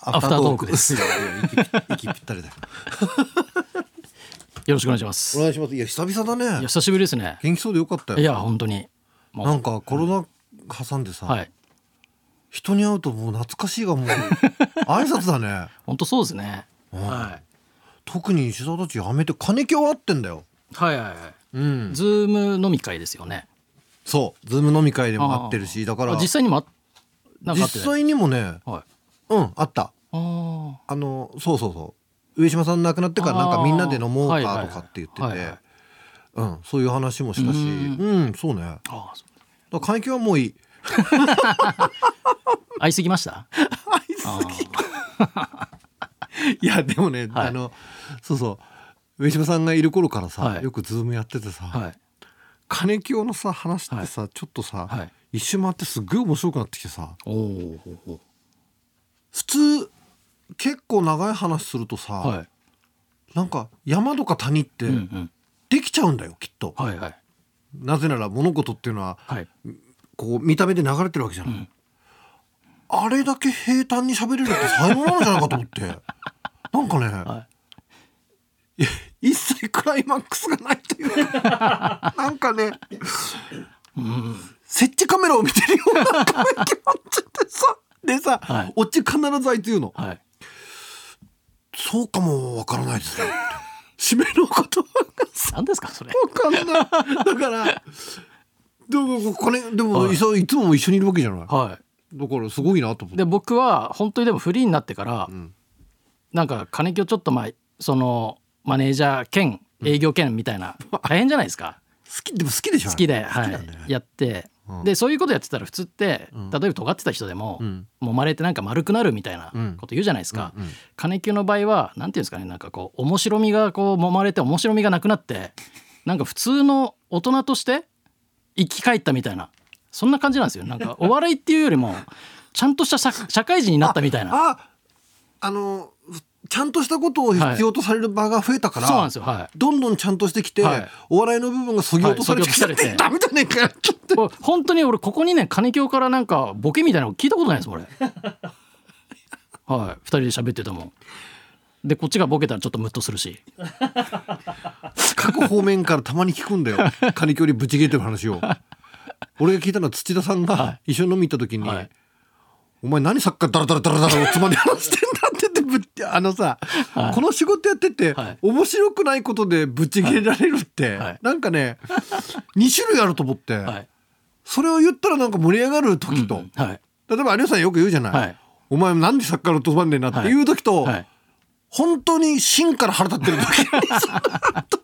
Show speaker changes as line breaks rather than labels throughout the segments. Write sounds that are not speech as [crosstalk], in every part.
アフタートークで。す
いや息息ぴったりだよ。
よろしくお願いします
お。願いします。いや久々だ
いや
ね。
久しぶりですね。
元気そうでよかった
い
よ。
や本当に。もう
なんかコロナ挟んでさ、
はい。
人に会うともう懐かしいが
[laughs]
もう挨拶だね。
本当そうですね。
うん
は
特に石田たちやめて金今日会ってんだよ。
い。はいはいは
う
い。
ん。
ズーム飲み会ですよね。
そう。ズーム飲み会でも会ってるし、だから
あ実際にもあなんかあ
実
って。
際にもね、
はい。
うんあった。
あ
あのそうそうそう。上島さん亡くなってからなん
あ
か
ー
みんなで飲もう
はいは
か
いはい
とかって言って
はいはい
て、うんそういう話もしたし、
うん
うんそうね。だか
あ。ああそう
ら金今日はもういい。
会いすぎました。あ
いやでもね、
はい
あのそうそう上島さんがいる頃からさ、
はい
よくズームやっててさ、
あはい。
金清のさ話ってさ、ちょっとさ、
はい
一周回ってすっごい面白くなってきてさ
おーおー。
普通結構長い話するとさ、
はい。
なんか山とか谷って
うんうん。
できちゃうんだよ、きっと、
はいはい。
なぜなら物事っていうのは
はい。
こう見た目で流れてるわけじゃない、
うん
あれだけ平坦に喋れるって才能なんじゃないかと思って
[laughs]
なんかね、
はい
一切クライマックスがないと
[laughs]
いうかなんかね
うん。
設置カメラを見てるような感じになっちゃってさでさ、
はい
オチ必ずあいつ言うの
はい。
「そうかもわからないですね」締めの言葉がさ
なんですかそれ。
わかんないだからでもこれでも、
はい
いさ、いつも一緒にいるわけじゃないだか
は
らすごいなと思って
い。で僕は本当にでもフリーになってから。
うん
なんか金木をちょっと前そのマネージャー兼営業兼みたい
[laughs]
な、大変じゃないですか
好きでも好きでしょ
好きで、
好
は
き
い
なんだよね
やって、
うん
でそういうことやってたら普通って、
うん
例えば尖ってた人でも、
うん
もうまれてなんか丸くなるみたいな
うん
こと言うじゃないですか、
うんうん
金木の場合はなんていうんですかねなんかこう面白みがこう揉まれて面白みがなくなってなんか普通の大人として生き返ったみたいなそんな感じなんですよなんかお笑いっていうよりもちゃんとした社社会人になったみたいな
ああのちゃんとしたことを必要とされる場が増えたから、
そうなんですよはい。
どんどんちゃんとしてきて、
はい
お笑いの部分がそぎ落とされてきて、
はいそぎ
[laughs]
落とされて
ダメじゃねえかよちょっと
これ本当に俺ここ2年金京からなんかボケみたいなの聞いたことないですもん俺はい2人で喋っててもでこっちがボケたらちょっとムッとするし
各方面からたまに聞くん
[laughs]
だよ金距離ぶち切れてる話を俺が聞いたのは土田さんが一緒に飲み行った時に「
はい
お前何サッカーダラダラダラダラおつまみ話してんだ」って言ってぶっあのさ、
はい
この仕事やってて、
はい
面白くないことでぶち切れられるって、
はい
なんか
[laughs]
ね2種類あると思って、
はい、
それを言ったらなんか盛り上がる時と、
うんはい
例えば有吉さんよく言うじゃない「
はい
お前なんでサッカーの飛ばんねんな」っていう時と、
はい
本当に芯から腹立ってる
[laughs]
時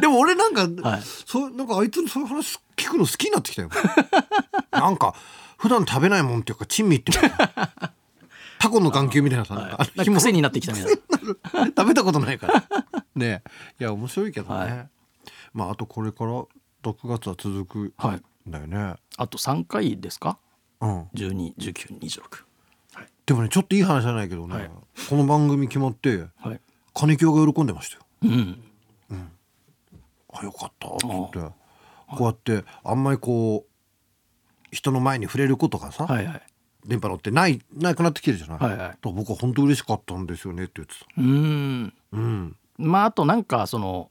でも俺なんか、
はい
そうなんかあいつのそういう話聞くの好きになってきたよなんか普段食べないもんっていうか珍味っていうかタコの眼球みたいなさ、なんか
は
あ
い、
れ
癖になってきたみたい
食べたことないからねえいや面白いけどね、
はい
まああとこれから6月は続く
な、はい、
んだよね、
あと3回ですか
うん、
121926
でもねちょっといい話じゃないけどね、
はい
この番組決まって
はい
金清が喜んでましたよ
うん
あよかったっつってこうやってあんまりこう人の前に触れることがさ、
はいはい
電波のってないなくなってきてるじゃない、
はいはい
と僕は本当嬉しかったんですよねって言ってた
うーん
うん
まああとなんかその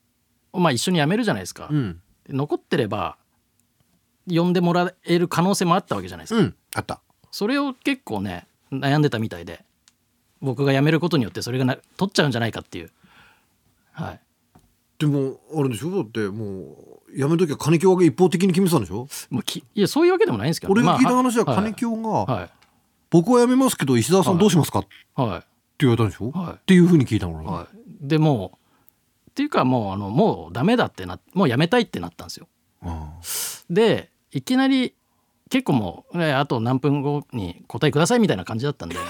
まあ一緒に辞めるじゃないですか、
うん
残ってれば呼んでもらえる可能性もあったわけじゃないですか
うんあった
それを結構ね悩んでたみたいで僕が辞めることによってそれがな取っちゃうんじゃないかっていうはい
でもあれでしょだってもうやめる時は金清が一方的に決めてたんでしょ
もうきいやそういうわけでもないんですけど
俺が聞いた話は
まあ
金清が
はい
「僕は辞めますけど石澤さんどうしますか?」って
は
言われたんでしょ、
はい
っていうふうに聞いたの
い
俺は、
はいでもうっていうかもうあのもうダメだってなもう辞めたいってなったんですよでいきなり結構もう、ねあと何分後に答えくださいみたいな感じだったんであ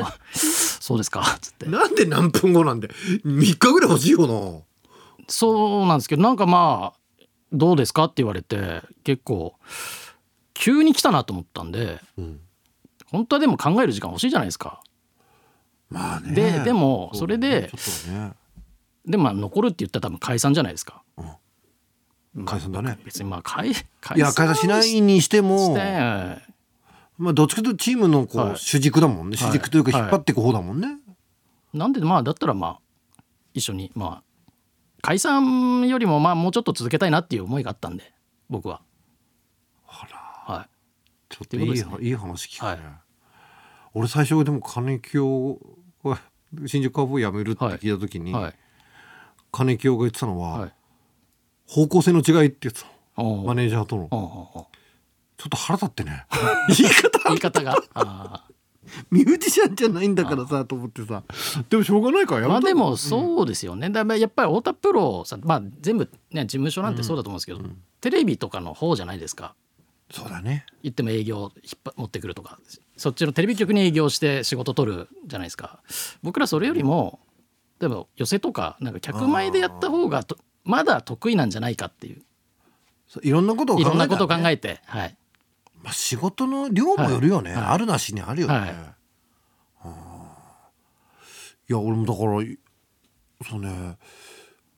あそうですかつって
うんなんで何分後なんで3日ぐらい欲しいよな
そうなんですけどなんかまあどうですかって言われて結構急に来たなと思ったんで
うん
本当はでも考える時間欲しいじゃないですか
まあね
ででもそれで
そうだね
でもまあ残るって言ったら多分解散じゃないですか
解散だね。
別にまあ解解
いや解散しないにしても
して
まあどっちかというとチームのこう、
はい
主軸だもんね
はい
主軸というか
はい
引っ張っていく方だもんね、
なんでまあだったらまあ一緒にまあ解散よりもまあもうちょっと続けたいなっていう思いがあったんで僕はは
ちょっといい
っていうことです
いい話聞くね、
はい
俺最初でも金清が新宿カーボーイ辞めるって聞いた時
い
に、
はい
金清が言ってたのは、
はい
方向性の違いって言ってた
お
の
う
マネージャーとの
おうおうおう
ちょっと腹立って
[laughs]
ね
言い方があ
ミュージシャンじゃないんだからさと思ってさでもしょうがないから
[laughs]
や
ー
め
まあ
た
でもそうですよねだからやっぱり太田プロさんまあ全部ね事務所なんてそうだと思うんですけど、テレビとかの方じゃないですか
そうだね
言っても営業引っ張持ってくるとかそっちのテレビ局に営業して仕事取るじゃないですか僕らそれよりも例えば寄せとかなんか客前でやった方がとまだ得意なんじゃないかっていう
そういろんなことを考
い
えた
ろん
らね
なことを考えてはい
まあ、仕事の量もよるよね、
はいはい
あるなしにあるよね、
はい
うんいや俺もだからいそうね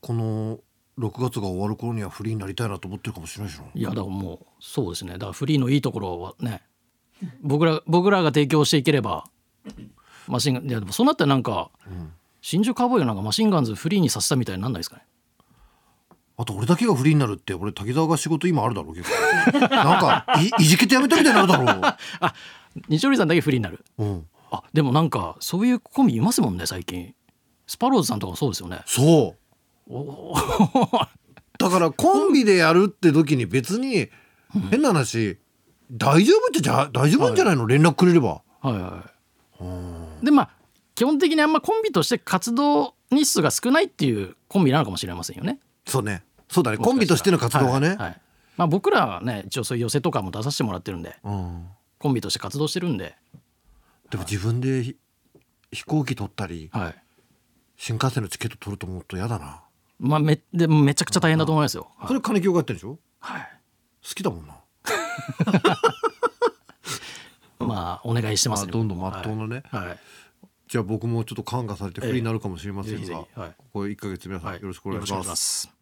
この6月が終わる頃にはフリーになりたいなと思ってるかもしれないしない
やだからもうそうですねだからフリーのいいところはね僕ら僕らが提供していければマシンガンいやでもそうなったらなんか、新宿カーボーイがなんかマシンガンズフリーにさせたみたいになんないですかね
あと俺だけがフリーになるって俺滝沢が仕事今あるだろう結構なんかいい [laughs] じけてやめたみたいになるだ
日曜日さんだけフリーになる
ろう、うん、
あでもなんかそういうコンビいますもんね最近スパローズさんとかもそうですよね
そう
お
だからコンビでやるって時に別に変な話大丈夫ってじゃ大丈夫なんじゃないの、連絡くれれば
はいはいでまあ基本的にあんまコンビとして活動日数が少ないっていうコンビなのかもしれませんよね
そうねそうだねコンビとしての活動がね、
はいはいまあ、僕らはね一応そういう寄せとかも出させてもらってるんで
うん
コンビとして活動してるんで、
でも自分でひ飛行機取ったり
はい
新幹線のチケット取ると思うと嫌だな、
まあ、めでもめちゃくちゃ大変だと思いますよ、はい
それ金清がやってるでしょ
はい
好きだもんな、
まあお願いしてますね
まあどんどん真っ当なね
はいはい
じゃあ僕もちょっと感化されてフリーになるかもしれませんが、
ええぜひぜひはい
ここ1か月皆さん
はい
よろしくお願いします、
す